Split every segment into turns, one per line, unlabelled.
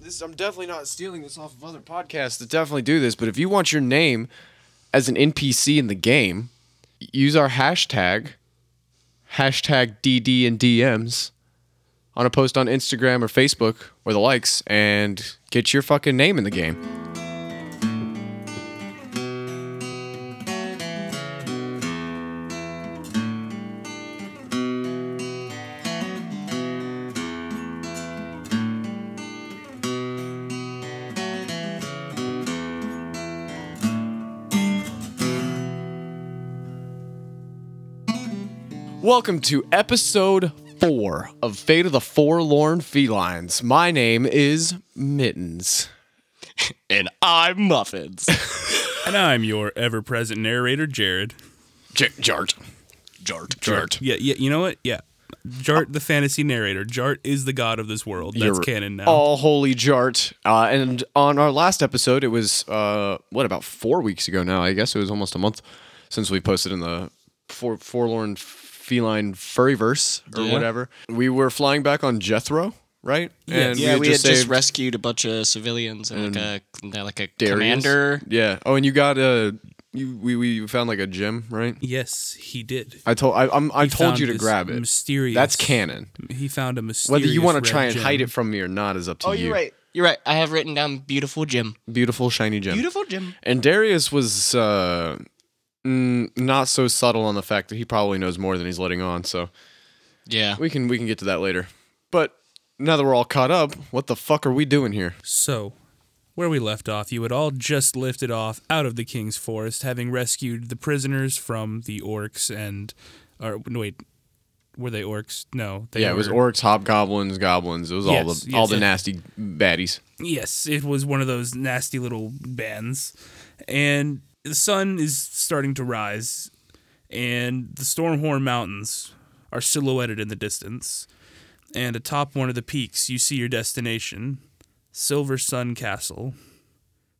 this I'm definitely not stealing this off of other podcasts that definitely do this, but if you want your name as an NPC in the game, use our hashtag hashtag DD and DMs on a post on Instagram or Facebook or the likes and get your fucking name in the game. Welcome to episode four of Fate of the Forlorn Felines. My name is Mittens.
and I'm Muffins.
And I'm your ever present narrator, Jared.
J- Jart. Jart. Jart.
Yeah, yeah, you know what? Yeah.
Oh.
Jart, the fantasy narrator. Jart is the god of this world. That's
You're-
canon now.
All holy jart. Uh, and on our last episode, it was, uh, what, about four weeks ago now? I guess it was almost a month since we posted in the for- Forlorn Feline Furryverse or
Yeah.
whatever. We were flying back on Jethro, right? And
Yeah, we had just
saved
rescued a bunch of civilians and, like a like a
Darius.
commander.
Yeah. Oh, and you got a. You, we, we found like a gem, right?
yes, he did.
I told I, I'm, I
He
told
found
you to
this
grab it.
Mysterious.
That's canon.
He found a mysterious.
Whether you want
red
to try and
gem.
hide it from me or not is up to you.
Oh, You're right. I have written down beautiful Jim.
Beautiful shiny gem.
Beautiful Jim.
And Darius was uh, mm, not so subtle on the fact that he probably knows more than he's letting on. So
Yeah.
we can we can get to that later. But now that we're all caught up, what the fuck are we doing here?
So, where we left off, you had all just lifted off out of the king's forest, having rescued the prisoners from the orcs and, or wait, were they orcs? No, they
yeah, it was
were-
orcs, hobgoblins, goblins. It was all
Yes,
the all
yes,
the
yes.
nasty baddies.
Yes, it was one of those nasty little bands. And the sun is starting to rise, and the Stormhorn Mountains are silhouetted in the distance. And atop one of the peaks, you see your destination Silver Sun Castle,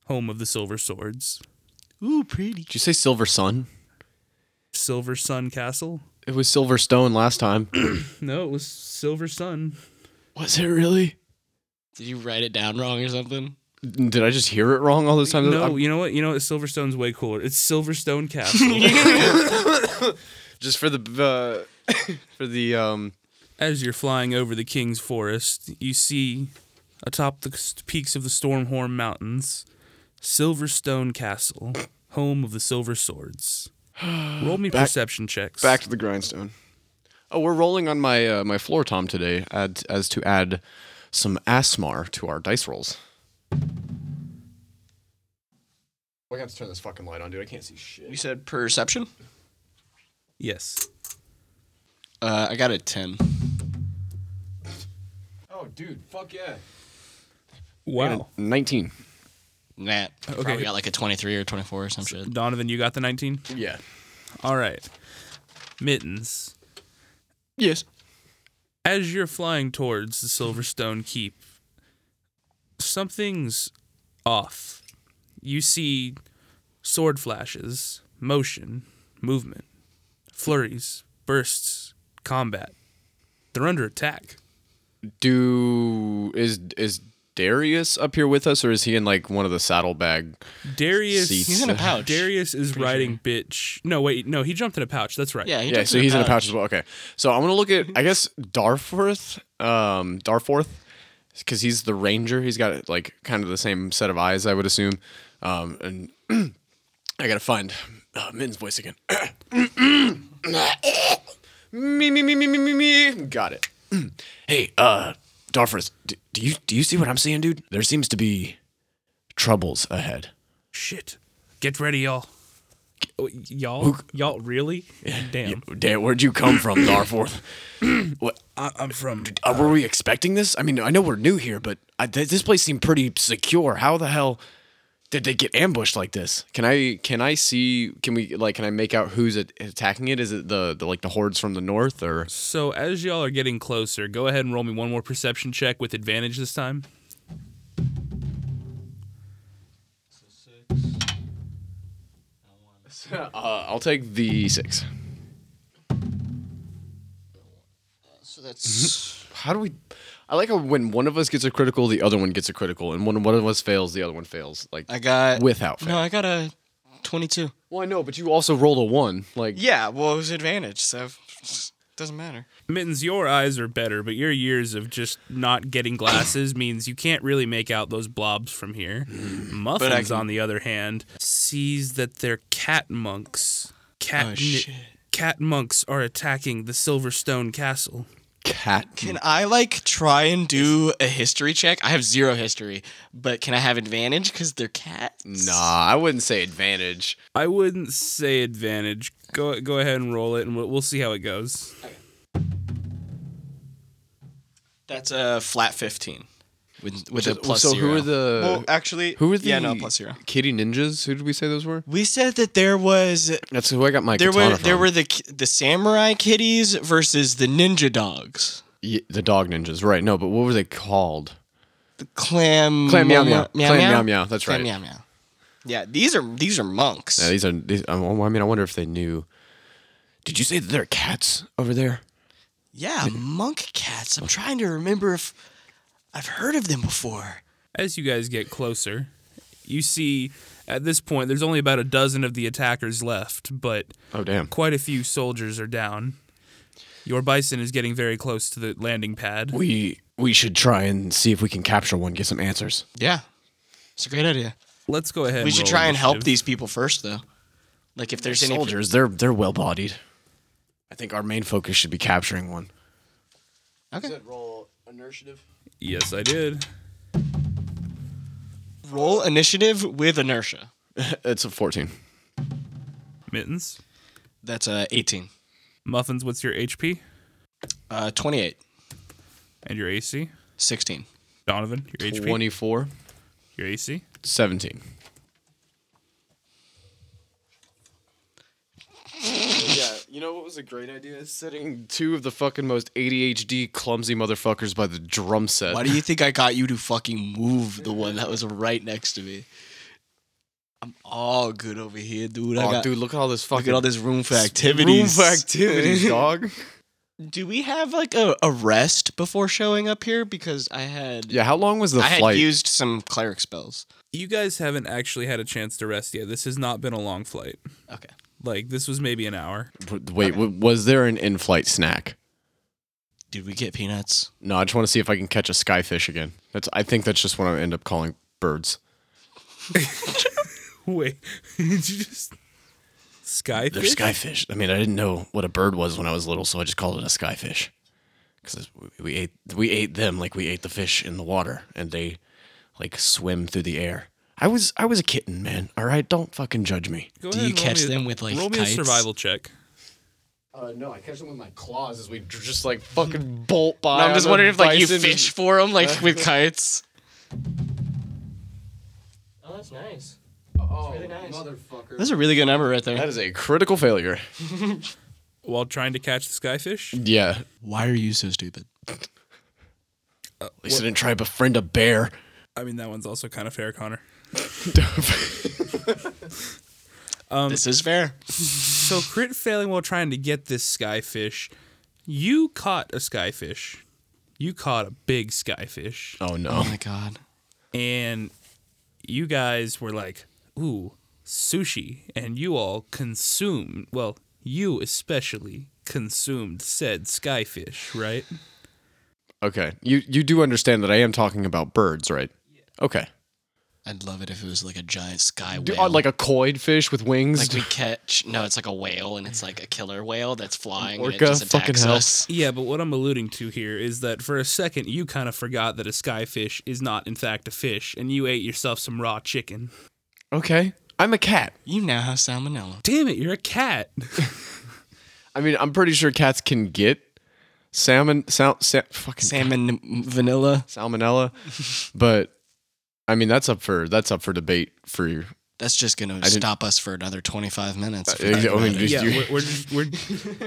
home of the Silver Swords.
Ooh, pretty.
Did you say Silver Sun?
Silver Sun Castle?
It was Silver Stone last time.
No, it was Silver Sun.
was it really?
Did you write it down wrong or something?
Did I just hear it wrong all those times?
no,
I'm-
you know what? You know what? Silverstone's way cooler. It's Silverstone Castle.
just for the uh, for the um.
As you're flying over the King's Forest, you see atop the s- peaks of the Stormhorn Mountains, Silverstone Castle, home of the Silver Swords. Roll me perception checks.
Back to the grindstone. Oh, we're rolling on my uh, my floor tom today ad, as to add some asmar to our dice rolls. I have to turn this fucking light on, dude. I can't see
You
shit.
said perception?
Yes.
Uh, I got a 10.
Oh, dude, fuck yeah.
Wow.
Nineteen.
Nat. Okay. Probably got like a 23 or 24 or some shit.
Donovan, you got the 19?
Yeah.
All right. Mittens.
Yes.
As you're flying towards the Silverstone Keep, something's off. You see sword flashes, motion, movement, flurries, bursts, combat. They're under attack.
Do is is Darius up here with us, or is he in like one of the saddlebag?
Darius
Seats.
He's in a pouch.
Darius is riding bitch. No, wait, no, he jumped in a pouch. That's right.
Yeah, he
yeah,
jumps
so he's in a pouch as well. Okay, so I'm gonna look at I guess Darforth, um, Darforth, because he's the ranger. He's got like kind of the same set of eyes, I would assume. Um, and I gotta find uh, Min's voice again. me me me me me me me. Got it. hey, uh, Darforth, d- do you do you see what I'm seeing, dude? There seems to be troubles ahead.
Shit. Get ready, y'all. Oh, Y'all? Y'all, really? Damn.
Damn, where'd you come from, Darforth? what?
I- I'm from.
Uh, were we expecting this? I mean, I know we're new here, but I, th- this place seemed pretty secure. How the hell did they get ambushed like this? Can I can I see? Can we like? Can I make out who's at, attacking it? Is it the, the like the hordes from the north or?
So as y'all are getting closer, go ahead and roll me one more perception check with advantage this time.
Uh, I'll take the six.
So that's.
How do we? I like how when one of us gets a critical, the other one gets a critical, and when one of us fails, the other one fails. Like
I got
without fail.
no. I got a twenty-two.
Well, I know, but you also rolled a one. Like
Yeah, well, it was advantage, so doesn't matter.
Mittens, your eyes are better, but your years of just not getting glasses means you can't really make out those blobs from here. Muffins,
can-
on the other hand, sees that their cat monks, cat
Oh,
ni-
shit.
cat monks are attacking the Silverstone Castle.
cat.
Can I like try and do a history check? I have zero history, but can I have advantage because they're cats?
Nah, Uh, I wouldn't say advantage.
I wouldn't say advantage. Go go ahead and roll it, and we'll, we'll see how it goes.
That's a flat fifteen with with a plus
so
zero.
who are the
well, actually,
who are the
yeah no plus zero.
kitty ninjas? Who did we say those were?
We said that there was
That's who I got my
there
katana
were there
from.
were the ki- the samurai kitties versus the ninja dogs.
Ye- the dog ninjas, right? No, but what were they called?
The clam
Clam meow meow. Clam meow meow. That's
Clam
right.
meow meow. Yeah, these are these are monks.
Yeah, these are. These, I mean, I wonder if they knew. Did you say that there are cats over there?
Yeah, monk cats. I'm trying to remember if I've heard of them before.
As you guys get closer, you see at this point there's only about a dozen of the attackers left, but
Oh damn!
quite a few soldiers are down. Your bison is getting very close to the landing pad.
We we should try and see if we can capture one, get some answers.
Yeah, it's a great idea.
Let's go ahead.
We should
roll
try and help
initiative.
these people first, though. Like if there's any
Soldiers, they're they're well bodied. I think our main focus should be capturing one.
Okay.
Roll initiative.
Yes, I did.
Roll initiative with inertia.
it's a fourteen.
Mittens,
That's uh, 18.
muffins. What's your HP
Uh, 28.
and your AC?
16.
Donovan, your HP,
Twenty four.
your AC.
Seventeen. Yeah, you know what was a great idea? Setting two of the fucking most ADHD clumsy motherfuckers by the drum set.
Why do you think I got you to fucking move the one that was right next to me? I'm all good over here, dude. I
Oh,
got,
dude, look at all this
look
fucking
at all this room for activities.
Room for activities, dog.
Do we have like a, a rest before showing up here? Because I had
Yeah, how long was the
I
flight?
had used some cleric spells.
You guys haven't actually had a chance to rest yet. This has not been a long flight.
Okay.
Like this was maybe an hour.
W- Wait, w- was there an in-flight snack?
Did we get peanuts?
No, I just want to see if I can catch a skyfish again. That's. I think that's just what I end up calling birds.
Wait, did you just sky?
They're skyfish. I mean, I didn't know what a bird was when I was little, so I just called it a skyfish. Because we ate we ate them like we ate the fish in the water, and they like swim through the air. I was I was a kitten, man. All right, don't fucking judge me.
Go
Do
ahead
you
and roll
catch
me a-
them with, like,
roll me
kites?
a survival check?
Uh, no, I catch them with my claws as we just like fucking bolt by.
I'm just wondering if like you fish for them like with kites. Oh, that's nice.
Oh,
really nice.
motherfucker!
That's a really good number right
That
there.
is a critical failure.
While trying to catch the skyfish.
Yeah,
Why are you so stupid?
at least I didn't try to befriend a bear.
I mean, that one's also kind of fair, Connor.
this is fair.
So crit failing while trying to get this skyfish. You caught a skyfish. You caught a big skyfish.
Oh no!
my god.
And you guys were like, ooh, sushi. And you all consumed, well, you especially consumed said skyfish, right?
Okay, you you do understand that I am talking about birds, right? Okay.
I'd love it if it was like a giant sky
Do-
whale.
uh, like a coiled fish with wings.
Like we catch no, it's like a whale and it's like a killer whale that's flying and it
orca,
just
fucking
attacks
hell.
us.
Yeah, but what I'm alluding to here is that for a second you kind of forgot that a skyfish is not, in fact, a fish, and you ate yourself some raw chicken.
okay. I'm a cat.
You now have salmonella.
Damn it, you're a cat.
I mean, I'm pretty sure cats can get salmon, sal, sa- fucking
Salmon vanilla.
salmonella, but I mean that's up for that's up for debate for you.
That's just gonna
didn't-
stop us for another twenty five minutes. if
Uh,
oh,
I
you think
mean,
about it.
just-
yeah,
you-
we're we're, just, we're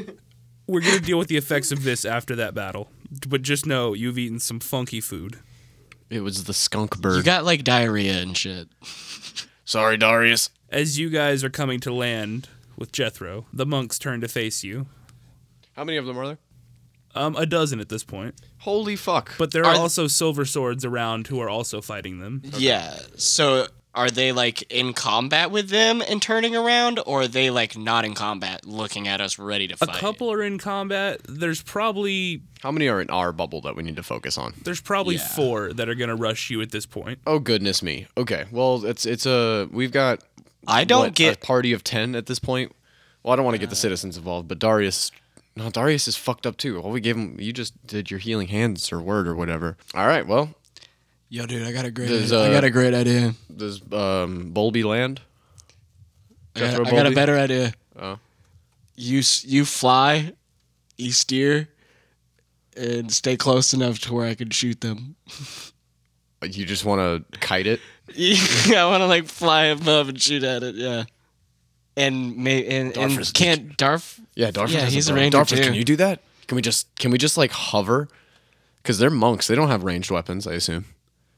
we're gonna deal with the effects of this after that battle. But just know you've eaten some funky food.
It was the skunk
you
bird.
got like diarrhea and shit.
Sorry, Darius.
As you guys are coming to land with Jethro, the monks turn to face you.
How many of them are there?
Um, a dozen at this point.
Holy fuck.
But there are,
Are th-
also silver swords around who are also fighting them.
Yeah. So are they like in combat with them and turning around, or are they like not in combat, looking at us ready to
A
fight?
couple are in combat. There's probably
How many are in our bubble that we need to focus on?
there's probably
Yeah.
four that are gonna rush you at this point.
Oh goodness me. Okay. Well, it's it's a we've got
I don't
what,
get.
a party of ten at this point. Well, I don't want to get the citizens involved, but Darius, no, Darius is fucked up too. Well, we gave him. You just did your healing hands or word or whatever. All right. Well,
Yo, dude, I got a great.
There's, idea. I uh, got a
great idea.
does um, Bolby land?
I
got- Jethro
got,
I got a Bolby?
a better idea.
Oh.
You s- you fly, you steer, and stay close enough to where I can shoot them.
You just want to kite it?
I want to like fly above and shoot at it. Yeah. And may and,
Darfus is-
and can't Darf.
Yeah, Darfus.
Yeah,
has
he's a
brain.
ranger,
Darfus,
too.
can you do that? Can we just can we just like hover? Because they're monks. They don't have ranged weapons. I assume.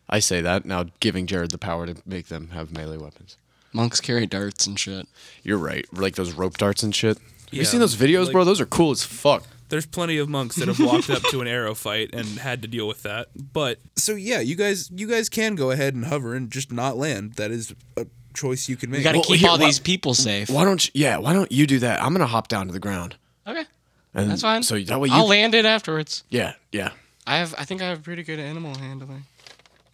I say that now, giving Jared the power to make them have melee weapons.
Monks carry darts and shit.
You're right. Like those rope darts and shit. Have you
Yeah,
seen those videos,
like-
bro? Those are cool as fuck.
There's plenty of monks that have walked up to an arrow fight and had to deal with that. But so yeah, you guys you guys can go ahead and hover and just not land. That is a choice you can make.
We gotta
Well,
keep
here,
all
wha-
these people safe.
Why don't you, yeah? Why don't you do that? I'm gonna hop down to the ground.
Okay,
And
that's fine.
So that way you.
I'll land it afterwards.
yeah, yeah.
I have. I think I have pretty good animal handling.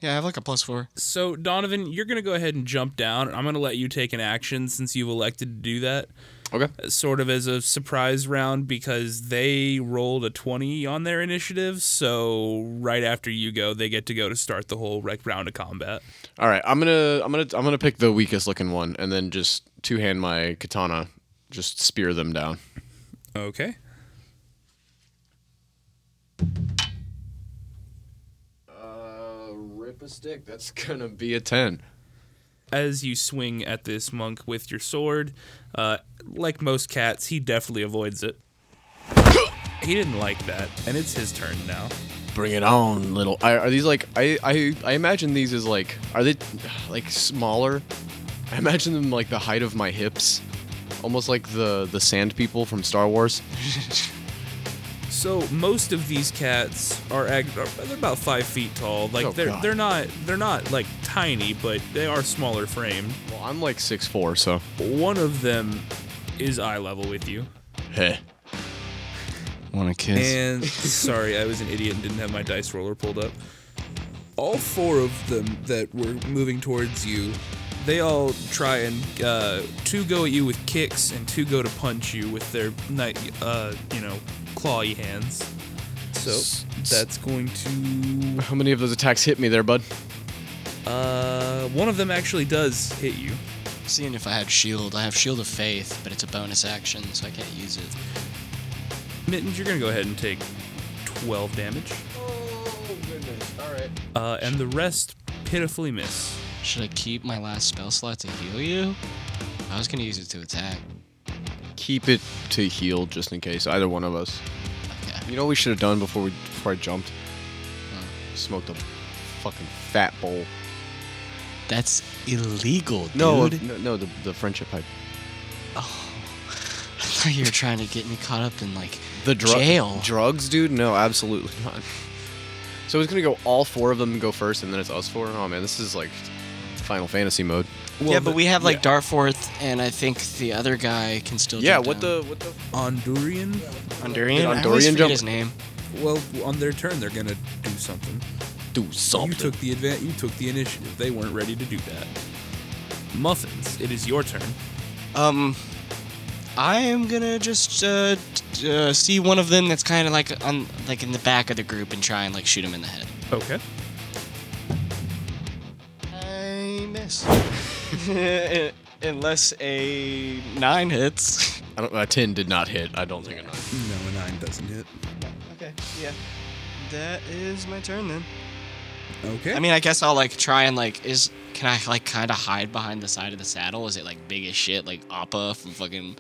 Yeah, I have like a plus four.
So Donovan, you're gonna go ahead and jump down. and I'm gonna let you take an action since you've elected to do that,
Okay.
uh, sort of as a surprise round because they rolled a 20 on their initiative. So right after you go, they get to go to start the whole rec round of combat.
All right. I'm gonna I'm gonna I'm gonna pick the weakest looking one and then just two hand my katana, just spear them down.
Okay.
Uh, rip a stick. That's gonna be a ten.
As you swing at this monk with your sword, uh, like most cats, he definitely avoids it. he didn't like that, and it's his turn now.
Bring it on, little. I, are these like I, I I imagine these as like are they like smaller? I imagine them like the height of my hips, almost like the the sand people from Star Wars.
So most of these cats are ag- are- they're about five feet tall. Like
Oh,
they're
God.
they're not they're not like tiny, but they are smaller framed.
Well, I'm like six four, so
One of them is eye level with you.
heh.
Want to kiss?
And sorry, I was an idiot and didn't have my dice roller pulled up. All four of them that were moving towards you, they all try and uh, two go at you with kicks and two go to punch you with their night, uh, you know, clawy hands. So that's going to
How many of those attacks hit me there, bud?
Uh, one of them actually does hit you.
Seeing if I had shield. I have shield of faith, but it's a bonus action, so I can't use it.
Mittens, you're gonna go ahead and take 12 damage.
Oh goodness! All right.
Uh, and the rest pitifully miss.
Should I keep my last spell slot to heal you? I was gonna use it to attack.
Keep it to heal just in case either one of us.
Okay.
You know what we should have done before we before I jumped. Smoked a fucking fat bowl.
That's illegal, dude.
No, uh, no, no, the, the friendship pipe.
I thought you were trying to get me caught up in like
The drug
jail.
drugs, dude? No, absolutely not. So it's gonna go all four of them go first, and then it's us four. Oh man, this is like Final Fantasy mode.
yeah, but we have like Darforth, and I think the other guy can still.
Yeah,
jump
what
down.
the what the?
Ondurian.
Ondurian? I always
Ondurian
forget
jump?
his name.
Well, on their turn, they're gonna do something.
Do
You
something.
took the advan- You took the initiative. They weren't ready to do that. Muffins, it is your turn.
Um, I am gonna just uh, t- uh see one of them that's kind of like on like in the back of the group and try and like shoot him in the head.
Okay.
I miss. Unless a nine hits.
I don't. Uh, Ten did not hit. I don't think it. knocked.
No, a nine doesn't hit.
Okay, yeah. That is my turn then.
Okay.
I mean, I guess I'll like try and like is can I like kind of hide behind the side of the saddle? Is it like big as shit, like Appa from fucking?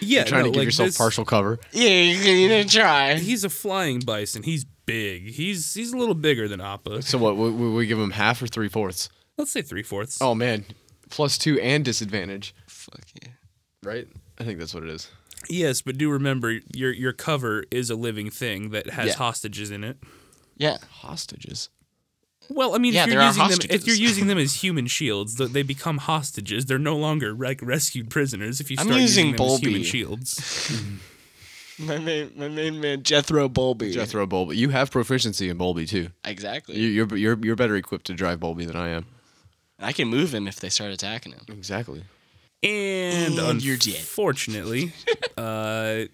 yeah.
You're trying
no,
to give
like,
yourself
this-
partial cover.
Yeah, you can you can try.
He's a flying bison. He's big. He's he's a little bigger than Appa.
So what? We, we we give him half or three fourths.
Let's say three fourths.
Oh man, plus two and disadvantage.
Fuck yeah.
Right? I think that's what it is.
Yes, but do remember your your cover is a living thing that has
Yeah.
hostages in it.
Yeah.
Hostages.
Well, I mean,
Yeah,
if you're
there are
using them, if
hostages.
you're using them as human shields, th- they become hostages. They're no longer like rescued prisoners. If you
I'm
start
using
using them as human
Bowlby.
shields,
My main, my main man, Jethro Bowlby.
Jethro Bowlby. You have proficiency in Bowlby too.
Exactly.
You- You're you're you're better equipped to drive Bowlby than I am.
I can move him if they start attacking him.
Exactly.
and,
And you're dead.
unfortunately, uh,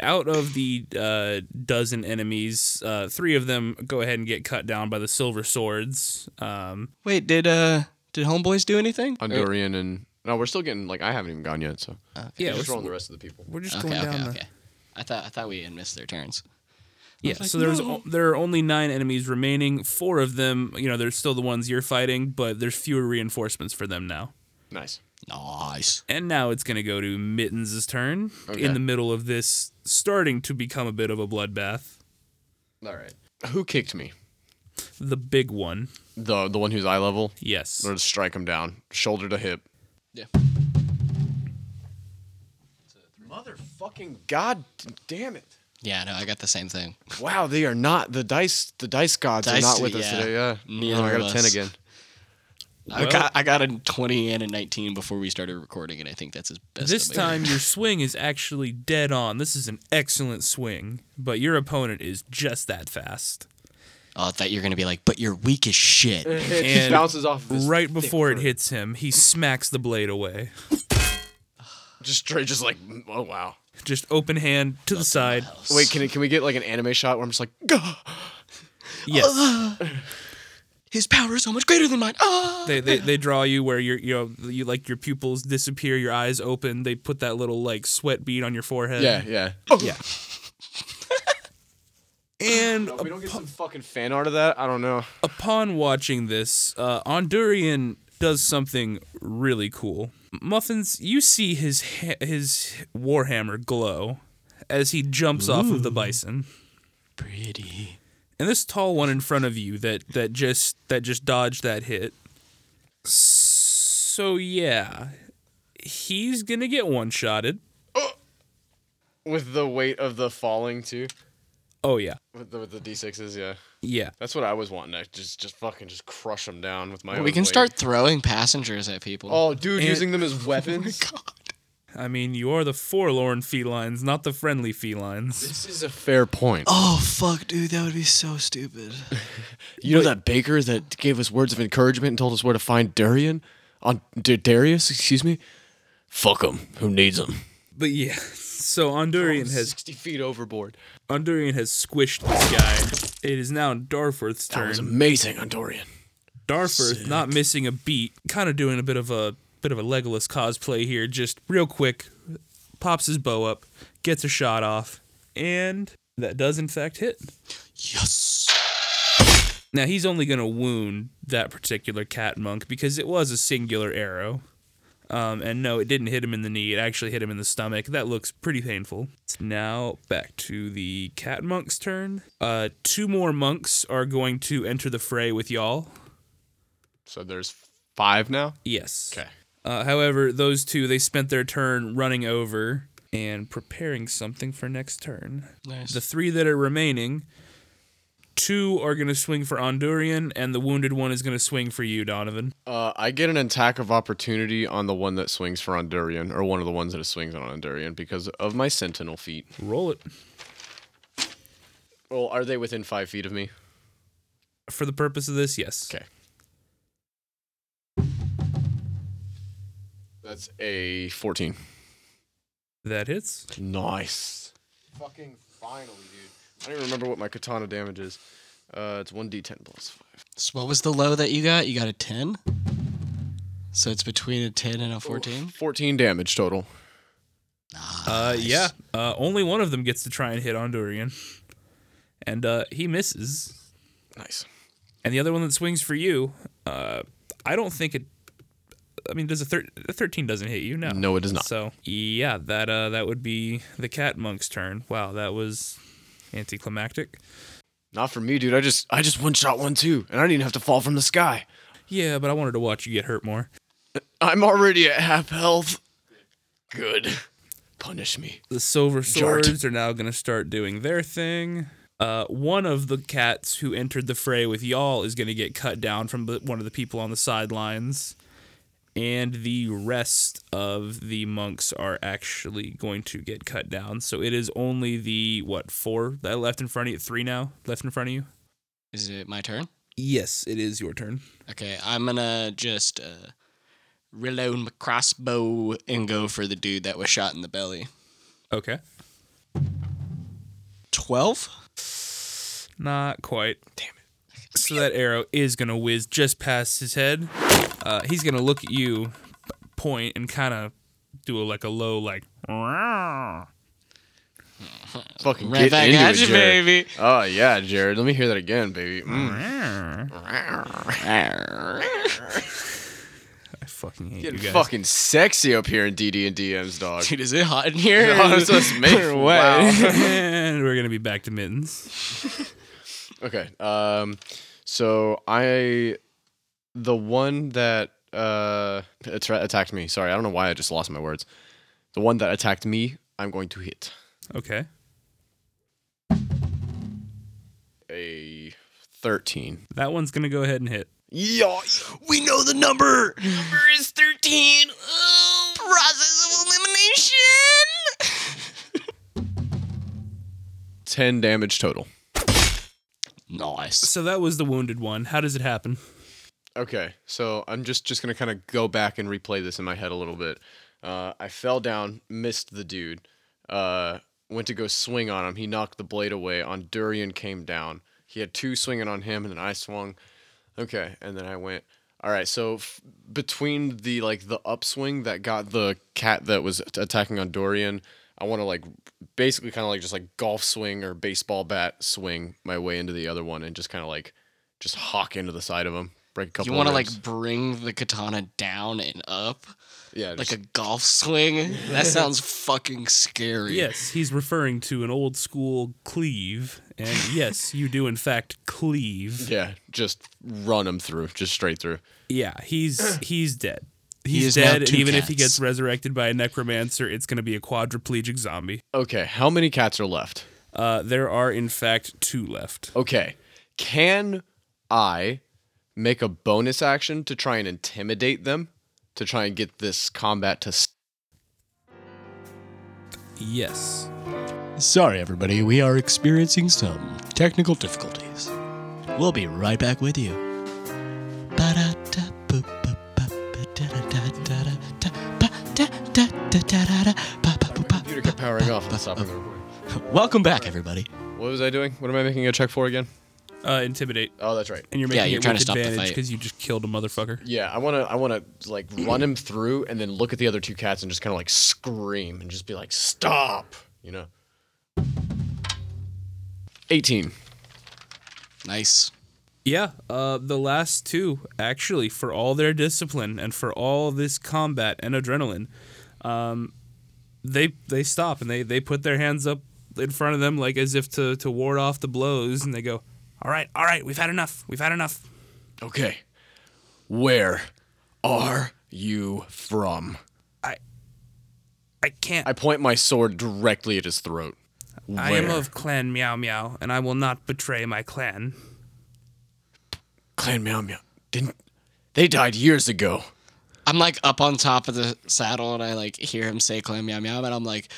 out of the uh, dozen enemies, uh, three of them go ahead and get cut down by the silver swords. Um,
Wait, did uh did homeboys do anything? Or-
Andorian and no, we're still getting like I haven't even gone yet. So
yeah,
just
we're,
rolling the rest of the people.
we're just
Uh, Okay,
going down
okay,
the.
okay. I thought I thought we had missed their turns.
Yeah,
like,
so there's
"No."
o- there are only nine enemies remaining. Four of them, you know, they're still the ones you're fighting, but there's fewer reinforcements for them now.
Nice.
Nice.
And now it's going to go to Mittens' turn
Okay.
in the middle of this starting to become a bit of a bloodbath.
All right. Who kicked me?
The big one,
The the one who's eye level.
yes.
Or just strike him down, shoulder to hip.
Yeah.
Motherfucking god damn it!
Yeah, no, I got the same thing.
Wow, they are not the dice. The dice gods
Dice-
are not with us
yeah.
today. Yeah.
Neither
No, I got
of
a ten
us.
again.
I got I got a twenty and a nineteen before we started recording, and I think that's his best.
This
of my-
time your swing is actually dead on. This is an excellent swing, but your opponent is just that fast.
Oh, I thought you were gonna be like, but you're weak as shit.
It
And
bounces off of his
Right
thick
before it
fur.
hits him, he smacks the blade away.
Just straight, just like oh wow.
Just open hand to the side.
Wait, can can we get like an anime shot where I'm just like, Gah!
Yes.
His power is so much greater than mine. Ah!
they, they they draw you where your you know you like your pupils disappear, your eyes open. They put that little like sweat bead on your forehead.
yeah, yeah.
Oh!
yeah. and
If we don't get some fucking fan art of that, I don't know.
upon watching this, uh, Ondurian does something really cool. Muffins, you see his ha- his warhammer glow as he jumps off of the bison.
Pretty.
And this tall one in front of you that that just that just dodged that hit. So yeah, he's gonna get one shotted.
With the weight of the falling too,
Oh yeah,
with the, with the d6s, yeah.
yeah.
That's what I was wanting. I just just fucking just crush them down with my.
We
own
can
weight.
start throwing passengers at people.
Oh, dude,
And-
using them as weapons.
I mean, you are the forlorn felines, not the friendly felines.
This is a fair point.
Oh fuck, dude, that would be so stupid.
You know that baker that gave us words of encouragement and told us where to find Darian on D- Darius, excuse me. Fuck him. Who needs him?
But yeah, so Ondurian has
Sixty feet overboard.
Ondurian has squished this guy. It is now Darforth's
That was
turn.
amazing on Dorian.
Darforth, not missing a beat, kind of doing a bit of a bit of a Legolas cosplay here. Just real quick, pops his bow up, gets a shot off, and that does in fact hit.
Yes.
Now he's only going to wound that particular cat monk because it was a singular arrow. Um, and no, it didn't hit him in the knee. It actually hit him in the stomach. That looks pretty painful. Now back to the cat monk's turn. Uh, two more monks are going to enter the fray with y'all.
So there's five now.
Yes.
Okay.
Uh, however, those two they spent their turn running over and preparing something for next turn.
Nice.
The three that are remaining, two are going to swing for Ondurian, and the wounded one is going to swing for you, Donovan.
Uh, I get an attack of opportunity on the one that swings for Ondurian, or one of the ones that swings on Ondurian, because of my sentinel feet.
Roll it.
Well, are they within five feet of me?
For the purpose of this, yes.
Okay. That's a 14.
That hits.
Nice. Fucking finally, dude. I don't even remember what my katana damage is. Uh, it's 1d10 plus 5.
So what was the low that you got? You got a 10? So it's between a 10 and a 14?
14 damage total.
Uh, yeah. Uh, only one of them gets to try and hit Ondurian, and uh, he misses.
Nice.
And the other one that swings for you, uh, I don't think it. I mean, does a, thir- a thirteen doesn't hit you? No.
No, it does not.
So yeah, that uh, that would be the cat monk's turn. Wow, that was anticlimactic.
Not for me, dude. I just I just one shot one too, and I didn't even have to fall from the sky.
Yeah, but I wanted to watch you get hurt more.
I'm already at half health. Good. Punish me.
The silver
Jart.
swords are now going to start doing their thing. Uh, one of the cats who entered the fray with y'all is going to get cut down from the, one of the people on the sidelines. And the rest of the monks are actually going to get cut down. So it is only the, what, four that are left in front of you? Three now left in front of you?
Is it my turn?
Yes, it is your turn.
Okay, I'm gonna just uh, reload my crossbow and go for the dude that was shot in the belly.
Okay.
Twelve.
Not quite. Damn it. So that arrow is going to whiz just past his head. Uh, he's going to look at you, point, and kind of do a, like a low, like, "Meow."
Fucking get
Right back
into
at
it,
you,
Jared.
baby.
Oh yeah, Jared. Let me hear that again, baby. Mm.
I fucking hate
Getting
you guys.
fucking sexy up here in DD and DMs, dog.
Dude, is it hot in here?
Oh, it's just me.
Or what?
Wow.
and we're going to be back to mittens.
Okay. Um, so I, the one that uh attra- attacked me. Sorry, I don't know why I just lost my words. The one that attacked me, I'm going to hit
Okay.
a thirteen.
That one's going to go ahead and hit.
Yeah,
We know the number. Number is thirteen. Oh, process of elimination.
ten damage total.
nice.
So that was the wounded one. How does it happen?
Okay, so I'm just just gonna kind of go back and replay this in my head a little bit. Uh, I fell down, missed the dude, uh, went to go swing on him. He knocked the blade away. On Durian came down. He had two swinging on him, and then I swung. Okay, and then I went. All right, so f- between the like the upswing that got the cat that was at- attacking on Dorian, I want to like basically kind of like just like golf swing or baseball bat swing my way into the other one and just kind of like just hawk into the side of him, break a couple.
You want to
ribs.
like bring the katana down and up
yeah,
like
just-
a golf swing? That sounds fucking scary.
Yes, he's referring to an old school cleave. And yes, you do, in fact, cleave.
yeah, just run him through, just straight through.
Yeah, he's he's dead. He's
is now
dead, and
two
even if he
cats.
gets resurrected by a necromancer, it's going to be a quadriplegic zombie.
Okay, how many cats are left?
Uh, there are in fact two left.
Okay, can I make a bonus action to try and intimidate them to try and get this combat to? s
Yes.
Sorry, everybody, we are experiencing some technical difficulties. We'll be right back with you.
Computer kept powering off and stopping the recording.
Welcome back, everybody.
What was I doing? What am I making a check for again?
Uh, intimidate,
Oh, that's right.
and you're
Yeah,
making
you're
it
trying
with
to stop the
advantage
fight.
because you just killed a motherfucker.
Yeah, I wanna, I wanna like run him through and then look at the other two cats and just kind of like scream and just be like, stop, you know. Eighteen.
Nice.
Yeah. Uh, the last two actually, for all their discipline and for all this combat and adrenaline, um, they they stop and they they put their hands up in front of them like as if to to ward off the blows, and they go, "All right, all right, we've had enough. We've had enough."
Okay. Where are you from?
I can't.
I point my sword directly at his throat.
I am
Where?
of Clan Meow Meow, and I will not betray my clan.
Clan Meow Meow. Didn't they died years ago?
I'm like up on top of the saddle and I like hear him say clam meow meow and I'm like,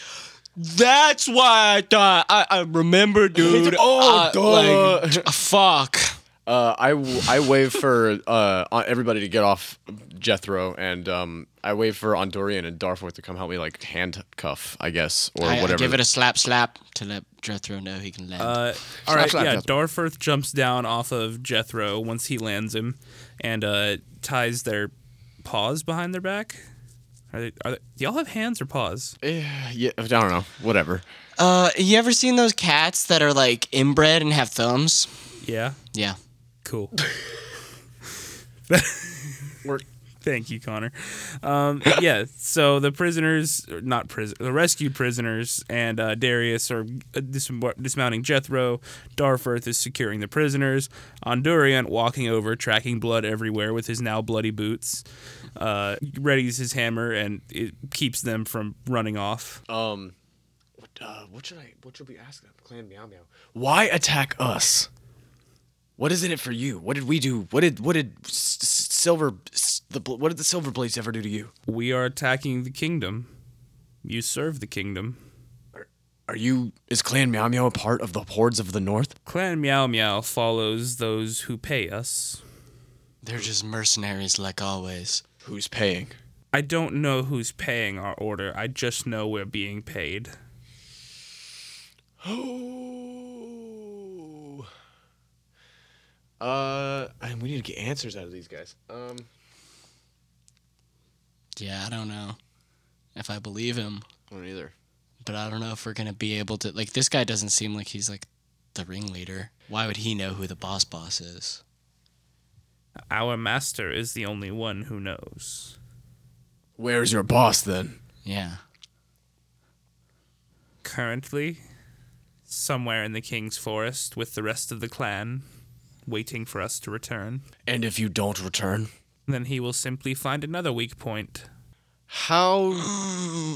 that's why I thought I, I remember, dude.
Oh,
Uh,
duh.
like, fuck.
Uh, I, w- I wave for uh, on- everybody to get off Jethro, and um, I wave for Ondorian and Darforth to come help me, like handcuff, I guess, or
I, I
whatever.
give it a slap slap to let Jethro know he can land.
Uh, all right,
slap,
yeah.
slap.
Darforth jumps down off of Jethro once he lands him, and uh, ties their paws behind their back. Are they? Are they, do y'all have hands or paws?
Eh, yeah, I don't know, whatever.
Uh, you ever seen those cats that are like inbred and have thumbs?
Yeah.
Yeah.
Cool.
We're
Thank you, Connor. Um, yeah, so the prisoners, or not prison, the rescued prisoners, and uh, Darius are dismou- dismounting Jethro. Darfurth is securing the prisoners. Onduriant walking over, tracking blood everywhere with his now bloody boots. Uh, readies his hammer and it keeps them from running off.
Um, what, uh, what should I? What should we ask them? Clan meow meow. Why attack us? What is in it for you? What did we do? What did what did s- s- silver s- the bl- what did the silver blades ever do to you?
We are attacking the kingdom. You serve the kingdom.
Are you is Clan Meow Meow a part of the hordes of the North?
Clan Meow Meow follows those who pay us.
They're just mercenaries like always.
Who's paying?
I don't know who's paying our order. I just know we're being paid.
Uh, Oh. Uh, and we need to get answers out of these guys. Um,
Yeah, I don't know if I believe him,
I don't either.
but I don't know if we're gonna be able to. Like, this guy doesn't seem like he's like the ringleader. Why would he know who the boss boss is?
Our master is the only one who knows.
Where's your boss then?
Yeah.
Currently, somewhere in the king's forest with the rest of the clan, waiting for us to return.
And if you don't return,
Then he will simply find another weak point.
how?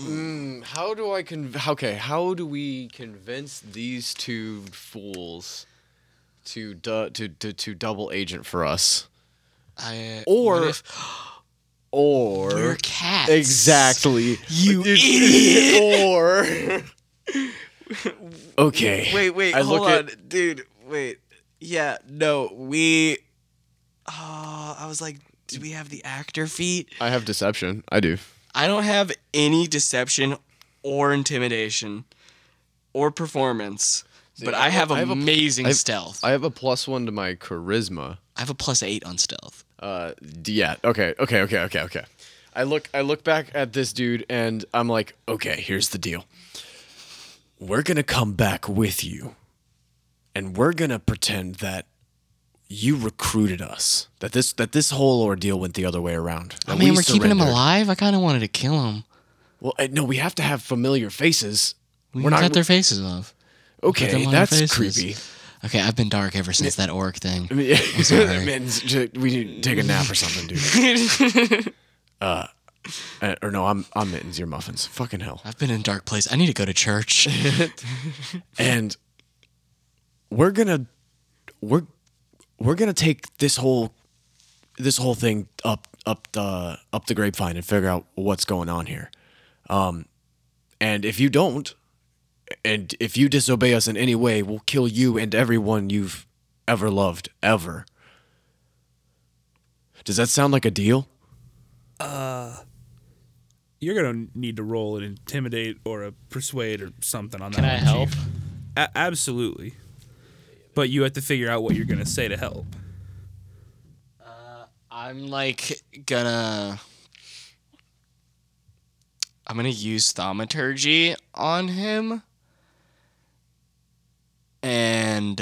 Mm, how do I con? Okay, how do we convince these two fools to du- to, to to double agent for us?
I,
Or-
what if
Or
we're cats.
Exactly. You idiot. Or. okay.
Wait, wait,
I
hold
look at-
on, dude. Wait, yeah, no, we.
uh,
Oh, I was like, do we have the actor feat?
I have deception. I do.
I don't have any deception or intimidation or performance, but
I
I have,
have a-
amazing
I have-
stealth.
I have a plus one to my charisma.
I have a plus eight on stealth.
Uh, d- yeah. Okay. Okay. Okay. Okay. Okay. I look. I look back at this dude, and I'm like, okay, here's the deal. We're gonna come back with you, and we're gonna pretend that you recruited us. That this that this whole ordeal went the other way around.
I
that
mean,
we
we're keeping him
surrendered.
alive. I kind of wanted to kill him.
Well, uh, no, we have to have familiar faces.
We
are
can
not
cut their faces off. Put them
okay.
on their
That's
faces.
creepy.
Okay, I've been dark ever since that orc thing.
I mean,
sorry.
man, s- j- we need to take a nap or something, dude. uh, uh, or no, I'm I'm mittens, your muffins. Fucking hell.
I've been in a dark place. I need to go to church.
And we're gonna we're we're gonna take this whole this whole thing up up the up the grapevine and figure out what's going on here. Um, and if you don't, and if you disobey us in any way, we'll kill you and everyone you've ever loved ever. Does that sound like a deal?
You're gonna need to roll an intimidate or a persuade or something on that.
Can I
one,
help?
Chief. A- absolutely. But you have to figure out what you're gonna say to help.
I'm like gonna. I'm gonna use thaumaturgy on him. And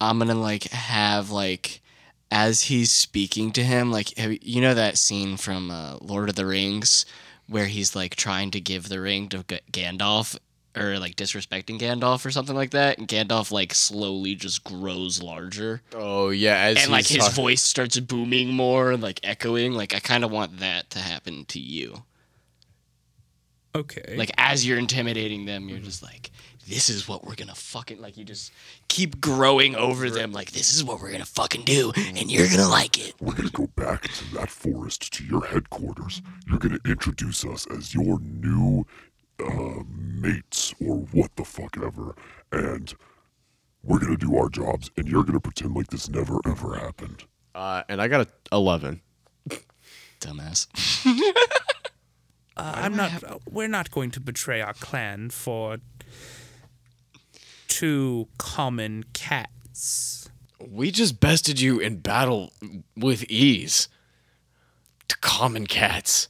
I'm gonna like have like as he's speaking to him, like have- you know that scene from uh, Lord of the Rings where he's like trying to give the ring to G- Gandalf or like disrespecting Gandalf or something like that, and Gandalf like slowly just grows larger
Oh yeah, as
and like his voice starts booming more and like echoing like i kind of want that to happen to you
Okay.
like as you're intimidating them you're just like this is what we're gonna fucking like you just keep growing over them like this is what we're gonna fucking do and you're gonna like it
We're gonna go back to that forest to your headquarters. You're gonna introduce us as your new uh, mates or what the fuck ever, and we're gonna do our jobs, and you're gonna pretend like this never ever happened.
uh, and I got a eleven.
dumbass
Uh, I'm not. uh, We're not going to betray our clan for two common cats.
We just bested you in battle with ease. To common cats.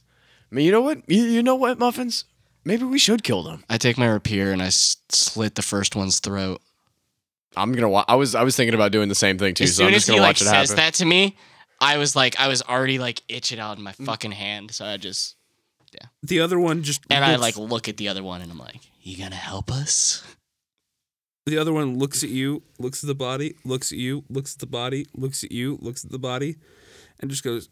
I mean, you know what? You, you know what, Muffins? Maybe we should kill them.
i take my rapier and i s- slit the first one's throat
I'm gonna. Wa- I was. I was thinking about doing the same thing too.
as
so
soon
I'm
as
just
he
gonna
like
watch it
says
happen.
that to me I was like, I was already like itching out in my fucking hand, so I just
The other one just
and I like
looks-
look at the other one and I'm like, you gonna help us?
The other one looks at you, looks at the body, looks at you, looks at the body, looks at you, looks at the body, and just goes,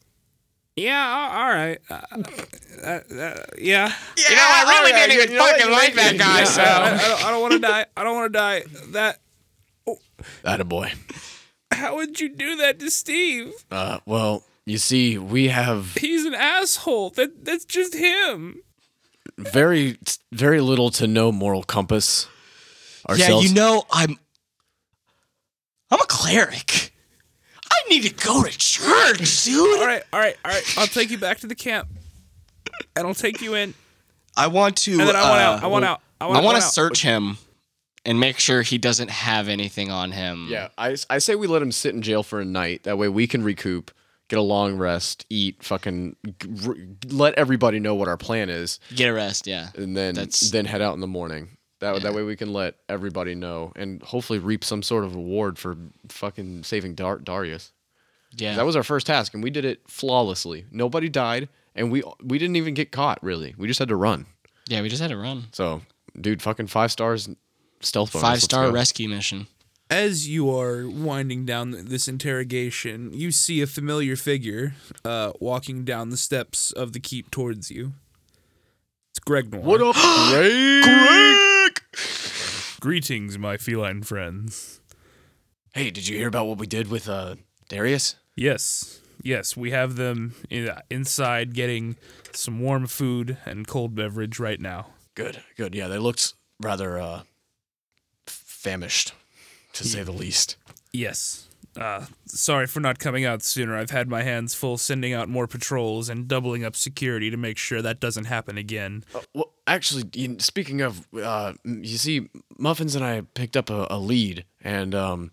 "Yeah, a- all right, uh, uh, uh, yeah,
Yeah, you know, I really didn't even fucking like that guy.
Yeah, I, I don't, I don't want to die. I don't want to die. That
That a boy.
how would you do that to Steve?
Uh, well, you see, we have
He's an asshole. That that's just him.
very, very little to no moral compass.
yeah,
Ourselves.
you know, I'm, I'm a cleric. I need to go to church, dude.
All right, all right, all right. I'll take you back to the camp, and I'll take you in,
I want to.
and then I want out. I
uh,
want out. I want,
I want
out.
to search him and make sure he doesn't have anything on him.
Yeah, I, I say we let him sit in jail for a night. That way we can recoup, get a long rest, eat, fucking g- r- let everybody know what our plan is,
Get a rest, yeah.
and then
That's-
then head out in the morning. That that way we can let everybody know and hopefully reap some sort of reward for fucking saving Dar- Darius.
Yeah.
That was our first task, and we did it flawlessly. Nobody died, and we we didn't even get caught. Really, we just had to run.
yeah, we just had to run.
So, dude, fucking five stars, stealth bonus.
Five
let's
star
go.
rescue mission.
As you are winding down this interrogation, you see a familiar figure uh, walking down the steps of the keep towards you. It's Greg Noir.
What up, Greg? Greg?
Greetings, my feline friends.
Hey, did you hear about what we did with uh Darius?
Yes, yes, we have them in, inside getting some warm food and cold beverage right now.
Good, good. Yeah, they looked rather uh famished, to say the least.
Yes. Uh, sorry for not coming out sooner. I've had my hands full sending out more patrols and doubling up security to make sure that doesn't happen again.
well, actually, you- speaking of, uh, m- you see, Muffins and I picked up a, a lead, and um,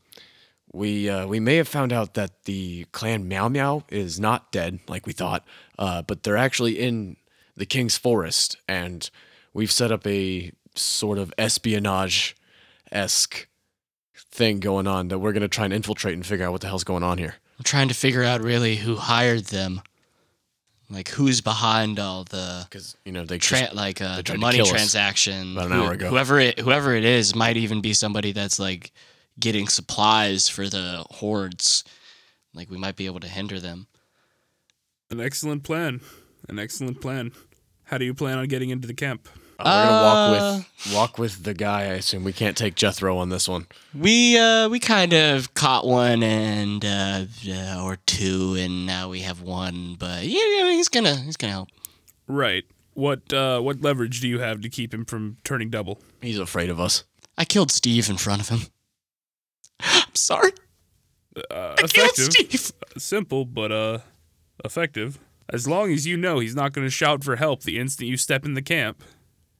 we uh, we may have found out that the clan Meow Meow is not dead like we thought, uh, but they're actually in the King's Forest, and we've set up a sort of espionage esque thing going on that we're gonna try and infiltrate and figure out what the hell's going on here.
I'm trying to figure out really who hired them. Like who's behind all the
Because you know they
tra-
just-
like uh,
tried
the
to
money
kill us
transaction
about an
Who-
hour ago.
Whoever it, whoever it is might even be somebody that's like getting supplies for the hordes. Like we might be able to hinder them.
An excellent plan. An excellent plan. How do you plan on getting into the camp?
uh, we're gonna walk with walk with the guy. I assume we can't take Jethro on this one.
We uh we kind of caught one and uh, uh or two and now we have one, but yeah, yeah, he's gonna he's gonna help.
Right. What uh, what leverage do you have to keep him from turning double?
He's afraid of us.
I killed Steve in front of him. I'm sorry.
Uh,
I killed Steve.
Simple, but uh, effective. As long as you know he's not going to shout for help the instant you step in the camp,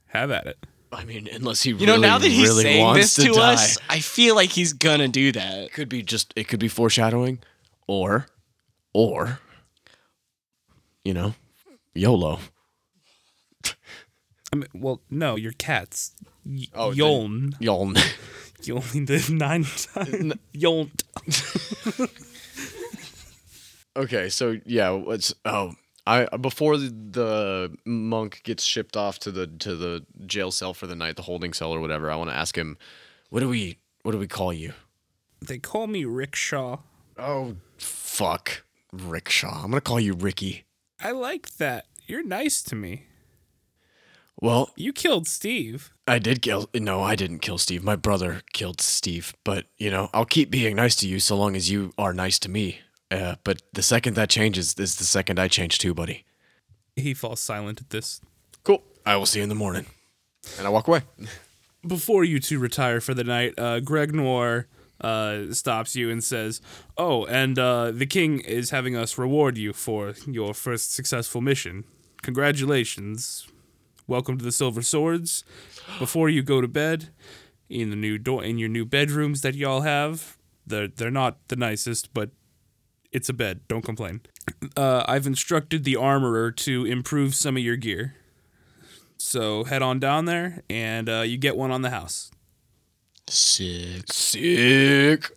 have at it.
I mean, unless he
You
really,
know, now that he's
really
saying
wants
this to,
die.
us, I feel like he's gonna do that.
it could be just it could be foreshadowing, or, or, you know, YOLO.
I mean, well, no, your cats. Y-
Oh, they-
Yoln.
Y'all,
You only did nine times. Yoln.
okay, so yeah, what's oh. I, before the, the monk gets shipped off to the to the jail cell for the night, the holding cell or whatever, I want to ask him, what do we what do we call you?
They call me Rickshaw.
Oh fuck, rickshaw. I'm gonna call you Ricky.
I like that. You're nice to me.
Well,
You killed Steve.
I did kill. No, I didn't kill Steve. My brother killed Steve. But you know, I'll keep being nice to you so long as you are nice to me. Uh, but the second that changes is the second I change too, buddy.
He falls silent at this.
Cool. I will see you in the morning. And I walk away.
Before you two retire for the night, uh, Greg Noir uh, stops you and says, Oh, and uh, the king is having us reward you for your first successful mission. Congratulations. Welcome to the Silver Swords. Before you go to bed, in the new door in your new bedrooms that y'all have, they're they're not the nicest, but it's a bed. Don't complain. Uh, I've instructed the armorer to improve some of your gear. So head on down there, and uh, you get one on the house.
Sick.
Sick.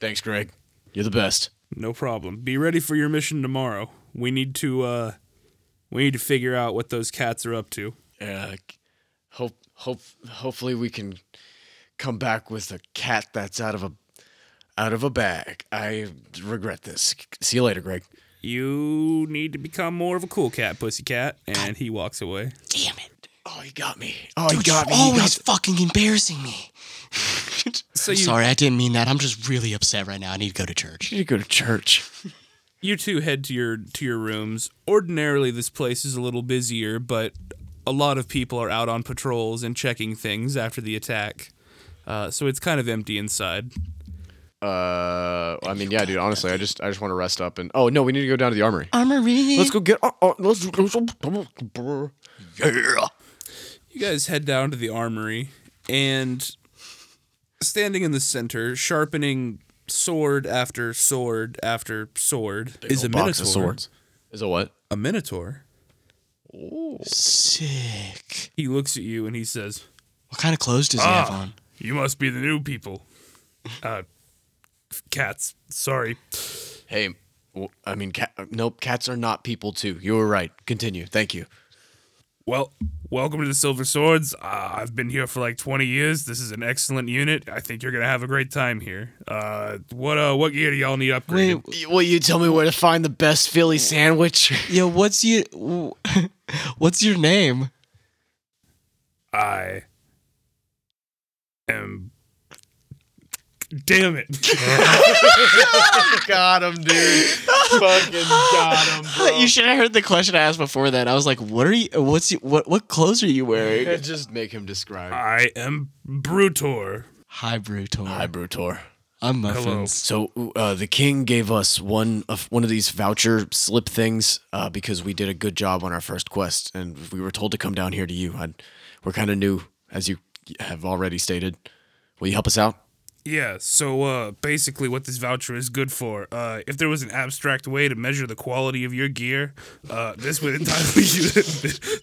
Thanks, Greg. You're the best.
No problem. Be ready for your mission tomorrow. We need to uh we need to figure out what those cats are up to.
Uh, hope hope hopefully we can come back with a cat that's out of a out of a bag. I regret this. See you later, Greg.
You need to become more of a cool cat, pussycat. And he walks away.
Damn it.
Oh, he got me. Oh, he
Dude,
got me.
you're
He got
always fucking embarrassing me.
So
I'm
you
sorry, I didn't mean that. I'm just really upset right now. I need to go to church.
me. You go to church.
you two head to your to your rooms. Ordinarily, this place is a little busier, but a lot of people are out on patrols and checking things after the attack. Uh, so it's kind of empty inside.
Uh, I mean, yeah, dude. Honestly, I just I just want to rest up and. Oh no, we need to go down to the armory.
Armory.
Let's go get. Uh, uh, let's, let's, brr.
Yeah.
You guys head down to the armory, and standing in the center, sharpening sword after sword after sword, is a
Box
minotaur.
of swords. Is a what?
A minotaur.
Sick.
He looks at you and he says,
What kind of clothes does he have on?
"You must be the new people." Uh, cats. Sorry.
Hey, w- I mean, cat, nope. Cats are not people too. You were right. Continue. Thank you.
Well, welcome to the Silver Swords. Uh, I've been here for like 20 years. This is an excellent unit. I think you're gonna have a great time here. Uh, what uh, what gear do y'all need upgraded?
Will you tell me where to find the best Philly sandwich?
Yo, what's your what's your name?
I am. Damn it!
got him, dude. Fucking got him,
You should have heard the question I asked before that. I was like, "What are you? What's you, what? What clothes are you wearing?"
Just make him describe.
I am Brutor.
Hi, Brutor.
Hi, Brutor.
I'm Muffins.
So uh, the king gave us one of one of these voucher slip things uh, because we did a good job on our first quest, and we were told to come down here to you. i we're kind of new, as you have already stated. Will you help us out?
Yeah, so uh, basically, what this voucher is good for, uh, if there was an abstract way to measure the quality of your gear, uh, this would entitle you.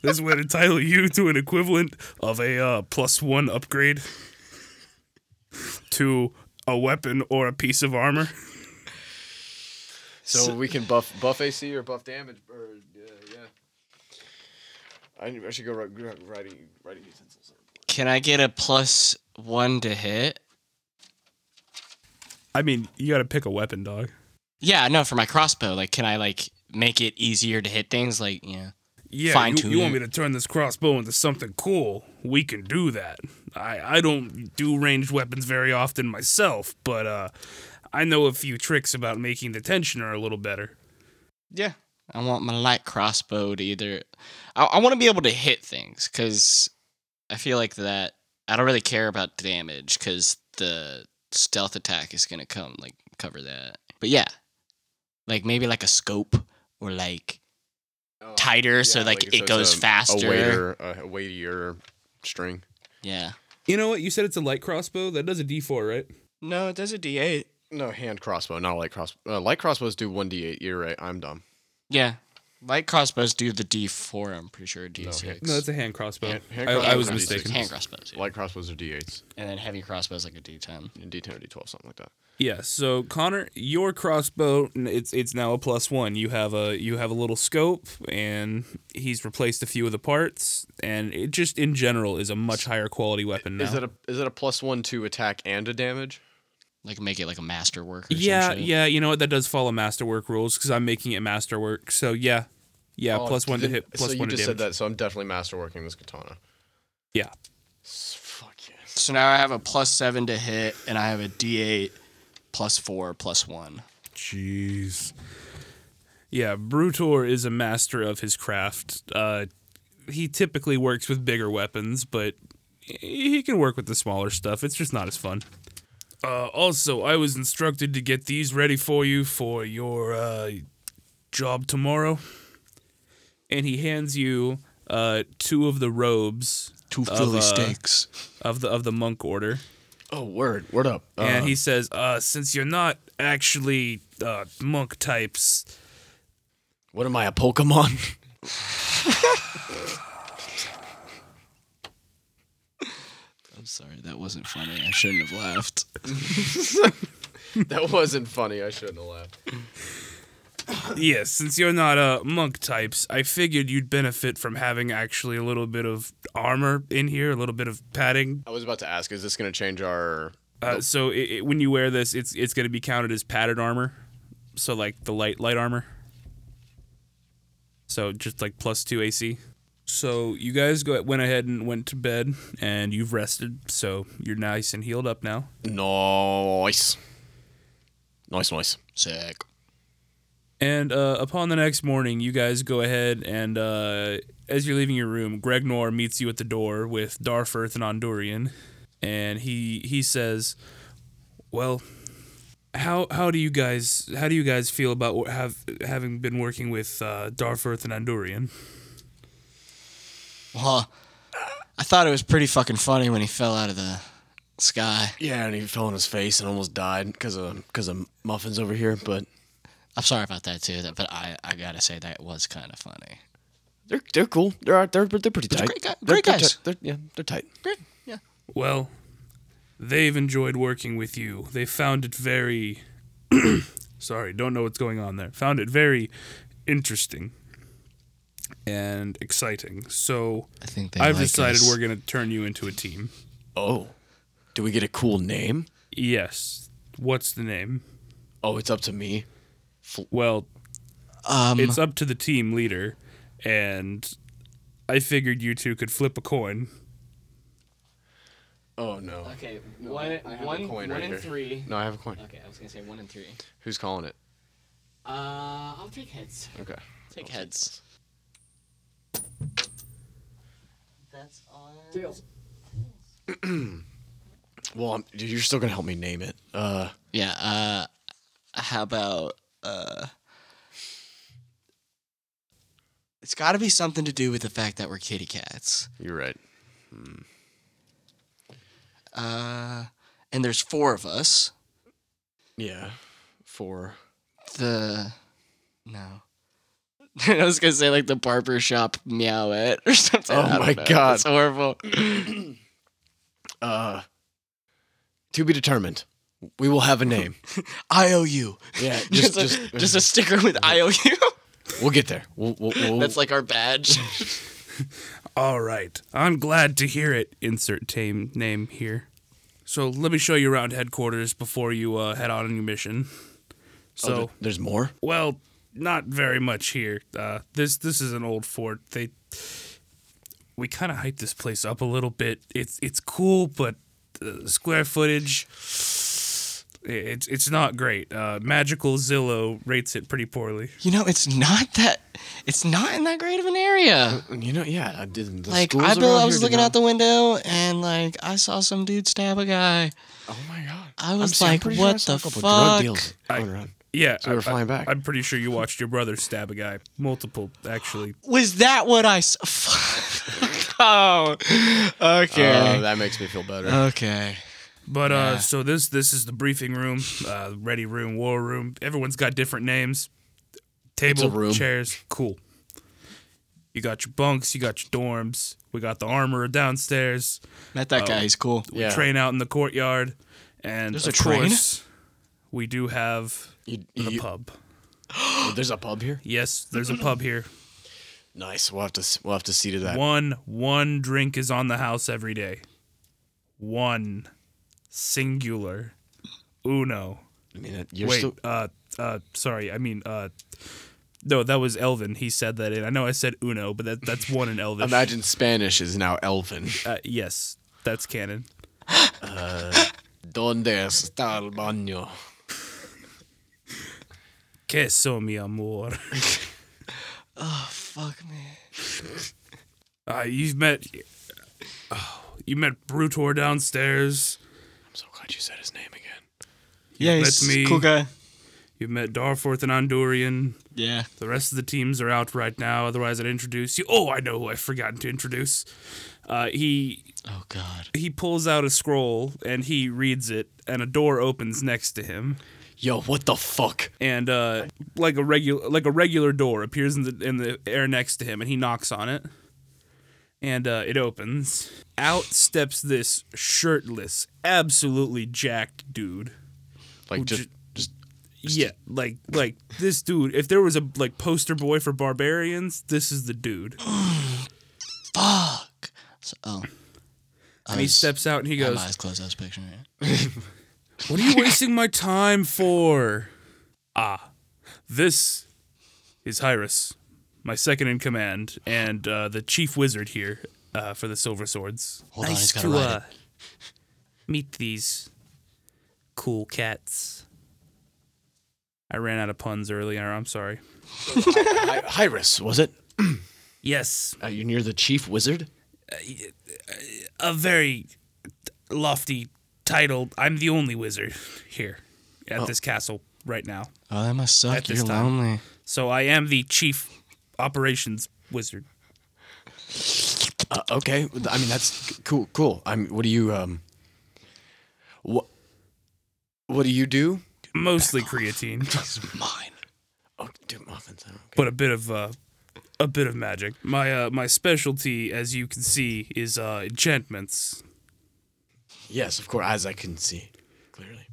this would entitle you to an equivalent of a uh, plus one upgrade to a weapon or a piece of armor.
So, we can buff buff AC or buff damage, or yeah. I, I should go writing writing utensils.
Can I get a plus one to hit?
I mean, you got to pick a weapon, dog.
Yeah, no, for my crossbow. Like, can I like make it easier to hit things? Like, yeah.
Yeah, you,
Fine-tune
you want me
it.
to turn this crossbow into something cool? We can do that. I, I don't do ranged weapons very often myself, but uh, I know a few tricks about making the tensioner a little better.
Yeah. I want my light crossbow to either. I, I want to be able to hit things because I feel like that. I don't really care about damage because the stealth attack is going to come, like, cover that. But yeah. Like, maybe like a scope or like
Uh,
Oh,
tighter so, like, it goes faster.
a weightier string.
Yeah.
You know what? You said it's a light crossbow. That does a D4, right?
No, it does a D8.
No, hand crossbow, not a light crossbow. Uh, light crossbows do 1d8. You're right. I'm dumb.
Yeah. Light crossbows do the D4, I'm pretty sure, D6.
No, it's a hand crossbow.
Hand- hand
I,
crossbow
I was
is a D6.
mistaken.
Hand crossbows. yeah.
Light crossbows are d8s.
And then heavy crossbows like a D10.
And d10 or d12, something like that.
Yeah. So Connor, your crossbow n- it's it's now a plus one. You have a you have a little scope, and he's replaced a few of the parts, and it just in general is a much higher quality weapon now.
Is it a is it a plus one to attack and a damage?
Like make it like a masterwork or some
Yeah,
shit.
yeah. You know what? That does follow masterwork rules because I'm making it masterwork. So yeah, yeah.
Oh,
plus one to
then-
hit. Plus
so
one
you
to
just
damage.
said that, so I'm definitely masterworking this katana.
Yeah.
S- Fuck yes.
So now I have a plus seven to hit, and I have a D8 plus four plus one.
Jeez. Yeah, Brutor is a master of his craft. Uh, he typically works with bigger weapons, but he can work with the smaller stuff. It's just not as fun. Uh, also, I was instructed to get these ready for you for your uh, job tomorrow. And he hands you uh, two of the robes
Two
Of,
Philly
uh,
steaks.
of the of the monk order.
Oh, word. Word up. Uh,
and he says, uh, since you're not actually uh, monk types,
what am I, a Pokemon?
I'm sorry, that wasn't funny. I shouldn't have laughed.
that wasn't funny. I shouldn't have laughed.
Yes, since you're not uh, monk types, I figured you'd benefit from having actually a little bit of armor in here, a little bit of padding.
I was about to ask, is this going to change our?
Uh, so it, it, when you wear this, it's it's going to be counted as padded armor. So like the light light armor. So just like plus two AC. So you guys go went ahead and went to bed, and you've rested, so you're nice and healed up now.
Nice. Nice, nice.
Sick.
And uh, upon the next morning, you guys go ahead and uh, as you're leaving your room, Gregnor meets you at the door with Darfurth and Ondurian, and he he says, "Well, how how do you guys how do you guys feel about wh- have having been working with uh, Darfurth and Ondurian?"
Well, I thought it was pretty fucking funny when he fell out of the sky.
Yeah, and he fell on his face and almost died because of because of muffins over here. But
I'm sorry about that too, that- but I, I gotta say that was kind of funny.
they're they're cool. They're they're they're pretty tight.
great guy-
They're-
great
they're
guys.
tight. They're, yeah, they're tight.
Great. Yeah.
Well, they've enjoyed working with you. They found it very. sorry, don't know what's going on there. Found it very interesting and exciting. So
I think they
I've
like
decided
us.
we're going to turn you into a team.
Oh, do we get a cool name?
Yes. What's the name?
Oh, it's up to me.
Well,
Um,
it's up to the team leader, and I figured you two could flip a coin.
Oh no.
Okay, one,
have a one- coin one right and here.
three.
No, I have a coin.
Okay, I was gonna say one and three.
Who's calling it?
Uh, I'll take heads.
Okay.
Take heads. That's all. Deals.
Well, I'm, dude, you're still gonna help me name it. Uh,
Yeah. Uh, how about uh? It's got to be something to do with the fact that we're kitty cats.
you're right.
Uh, and there's four of us.
Yeah. Four.
The no. I was gonna say like the barber shop meow it or something.
Oh
I don't
my
know.
God.
it's horrible.
Uh, to be determined. We will have a name.
I owe you.
Yeah,
Just,
just,
a,
just, uh-huh.
just a sticker with I owe you.
we'll get there. We'll, we'll, we'll,
That's like our badge.
All right. I'm glad to hear it. Insert tame name here. So let me show you around headquarters before you uh, head on on your mission.
Oh,
So,
there- there's more.
well, not very much here. Uh, this this is an old fort. They we kind of hyped this place up a little bit. It's it's cool, but uh, square footage. It's it's not great. Uh, Magical Zillow rates it pretty poorly.
you know, it's not that. It's not in that great of an area.
You know, yeah, I didn't. the
Like
schools
I,
around
built, I
here
was
did
looking
not-
out the window and like I saw some dude stab a guy.
Oh my god!
I was
seeing-
like,
pretty sure I
what
saw a
the
couple drug
fuck?
deals going around.
Yeah,
So we're flying back.
I'm pretty sure you watched your brother stab a guy, multiple actually.
Was that what I saw? oh, okay.
Oh, that makes me feel better.
okay.
But uh, so this this is the briefing room, uh, ready room, war room. Everyone's got different names. Table,
room.
chairs, cool. You got your bunks, you got your dorms. We got the armor downstairs.
Met that
Oh.
guy. He's cool.
We
Yeah.
train out in the courtyard, and
There's
of
a train?
course, we do have
You-
the
you- oh,
pub.
there's a pub here.
Yes, there's a pub here.
Nice. We'll have to s- we'll have to see to that.
One one drink is on the house every day. One singular uno.
I mean, that- you're
Wait,
still
uh, uh, sorry. I mean, uh, no, that was Elvin. He said that in. I know I said Uno, but that that's one in Elvish.
imagine Spanish is now Elven.
Uh, yes, that's canon.
Donde está el baño?
Que so mi amor.
Oh,
Fuck me.
Uh, you've met. Oh, you met Brutor downstairs.
I'm so glad you said his name again.
Yeah,
met
he's
me.
a cool guy.
You've met Darforth and Andorian.
Yeah.
The rest of the teams are out right now. Otherwise, I'd introduce you. Oh, I know who I've forgotten to introduce. Uh, he
Oh God.
he pulls out a scroll and he reads it, and a door opens next to him.
Yo, what the fuck?
and uh, like a regular like a regular door appears in the in the air next to him, and he knocks on it, and uh, it opens. Out steps this shirtless, absolutely jacked dude
Like
Who
just
ju-
just
yeah, like like this dude. If there was a like poster boy for barbarians, this is the dude.
Fuck. So, oh. I
And he
was-
steps out and he
I had
goes,
my eyes closed. I was picturing it.
"What are you wasting my time for?" Ah, this is Hyrus, my second in command, and uh, the chief wizard here uh, for the Silver Swords.
Hold on, he's gotta ride it.
uh, meet these cool cats. I ran out of puns earlier. I'm sorry.
Hy- Hyrus was it?
Yes,
Uh, you're near the chief wizard.
a very lofty title. I'm the only wizard here at this castle right now.
Oh, that must
At
suck.
this
You're
time.
lonely.
So I am the chief operations wizard.
Uh, okay, I mean that's c- cool. Cool. I'm. What do you um? What? What do you do?
Mostly creatine,
It's mine.
Oh, do muffins. I don't care.
but a bit of uh, a bit of magic. My uh, my specialty, as you can see, is uh, enchantments.
Yes, of course, as I can see clearly.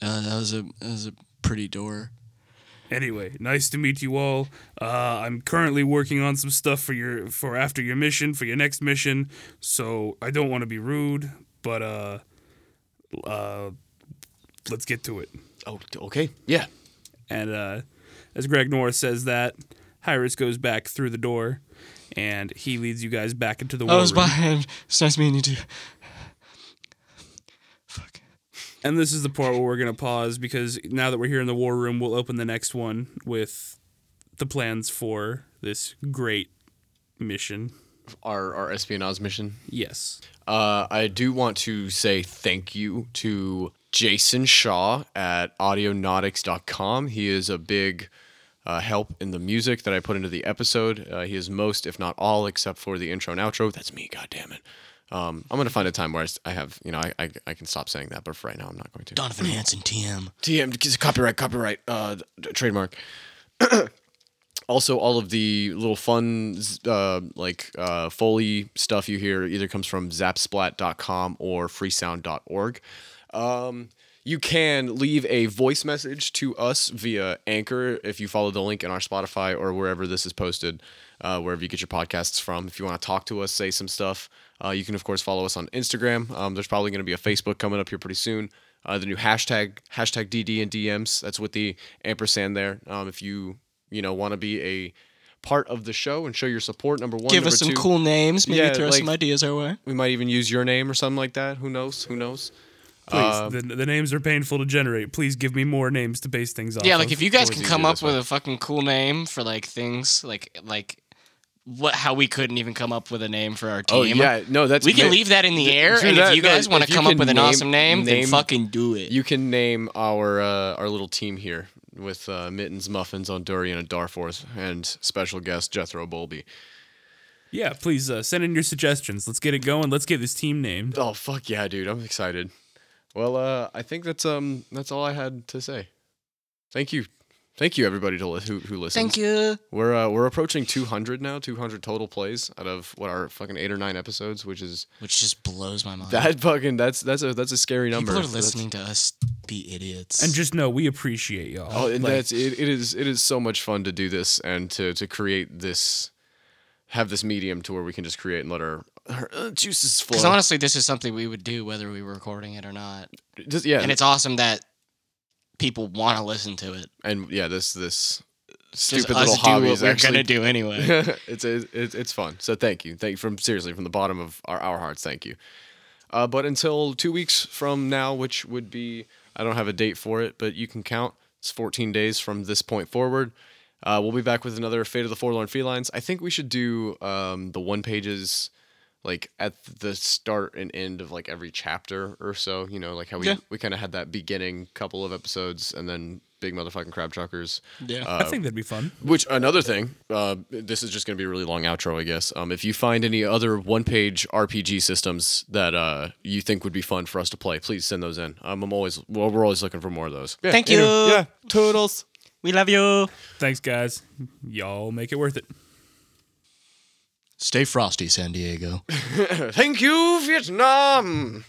Uh, that was a that was a pretty door.
Anyway, nice to meet you all. Uh, I'm currently working on some stuff for your for after your mission for your next mission, so I don't want to be rude, but uh, uh, let's get to it.
Oh, d- okay. Yeah.
And uh, as Greg Norris says that, Hyrus goes back through the door, and he leads you guys back into the
I
war
was
room.
behind. Oh, It's nice meeting you too. Fuck.
And this is the part where we're gonna pause because now that we're here in the war room, we'll open the next one with the plans for this great mission.
Our our espionage mission.
Yes.
Uh, I do want to say thank you to Jason Shaw at audionautics.com. He is a big uh, help in the music that I put into the episode. Uh, he is most, if not all, except for the intro and outro. That's me, God damn it. Um, I'm going to find a time where I s- I, have, you know, I, I, I can stop saying that, but for right now, I'm not going to.
Donovan Hanson, TM.
TM copyright, copyright, uh, d- trademark. also, all of the little fun, z- uh, like uh, Foley stuff you hear either comes from zapsplat.com or freesound.org. Um, you can leave a voice message to us via Anchor if you follow the link in our Spotify or wherever this is posted, uh, wherever you get your podcasts from. If you want to talk to us, say some stuff, uh, you can, of course, follow us on Instagram. Um, there's probably going to be a Facebook coming up here pretty soon. Uh, the new hashtag, hashtag DD and DMs. That's with the ampersand there. Um, if you, you know, want to be a part of the show and show your support, number one.
Give
number
us some
two,
cool names. Maybe
Yeah,
throw some
like-
ideas our way.
We might even use your name or something like that. Who knows? Who knows?
Please,
Uh,
the, the names are painful to generate. Please give me more names to base things off.
Yeah,
of.
like if you
Always
guys can
easier
come up
this way.
with a fucking cool name for like things, like like what how we couldn't even come up with a name for our team.
Oh yeah, no, that's
we can
ma-
leave that in the air,
do
and
that,
if you
no,
guys want
if
to
you
come up
can
with an
name-
awesome name,
name-
then fucking do it.
You can name our uh, our little team here with uh, Mittens, Muffins, Ondurian, and Darforth, and special guest Jethro Bolby.
yeah, please uh, send in your suggestions. Let's get it going. Let's get this team named.
Oh fuck yeah, dude! I'm excited. Well, uh, I think that's um that's all I had to say. Thank you, thank you everybody to li- who who listens.
Thank you.
We're uh, we're approaching 200 now, 200 total plays out of what are fucking eight or nine episodes, which is
Which just blows my mind.
that fucking that's that's a that's a scary number.
People are
That's-
listening to us be idiots.
And just know we appreciate y'all.
Oh, and
Like,
that's it, it is it is so much fun to do this and to to create this have this medium to where we can just create and let our, our uh, juices flow.
because honestly, this is something we would do whether we were recording it or not.
Just- yeah,
And it's awesome that people want to listen to it.
and yeah, this this
'Cause
stupid
us
little
do
hobby
what
is
we're
actually
gonna do anyway.
it's, it's it's it's fun. So thank you, thank you from seriously from the bottom of our, our hearts. Thank you. Uh, but until two weeks from now, which would be I don't have a date for it, but you can count. It's 14 days from this point forward. Uh, we'll be back with another Fate of the Forlorn Felines. I think we should do um, the one pages like at the start and end of like every chapter or so. You know, like how we
Yeah.
we kind of had that beginning couple of episodes and then big motherfucking crab truckers.
yeah.
I think that'd be fun.
Which another thing, uh, this is just going to be a really long outro, I guess. Um, if you find any other one-page RPG systems that uh, you think would be fun for us to play, please send those in. Um, I'm always, well, we're always looking for more of those. Yeah,
Thank
anyway,
you.
Yeah, toodles.
we love you.
Thanks, guys. Y'all make it worth it.
Stay frosty, San Diego.
Thank you, Vietnam.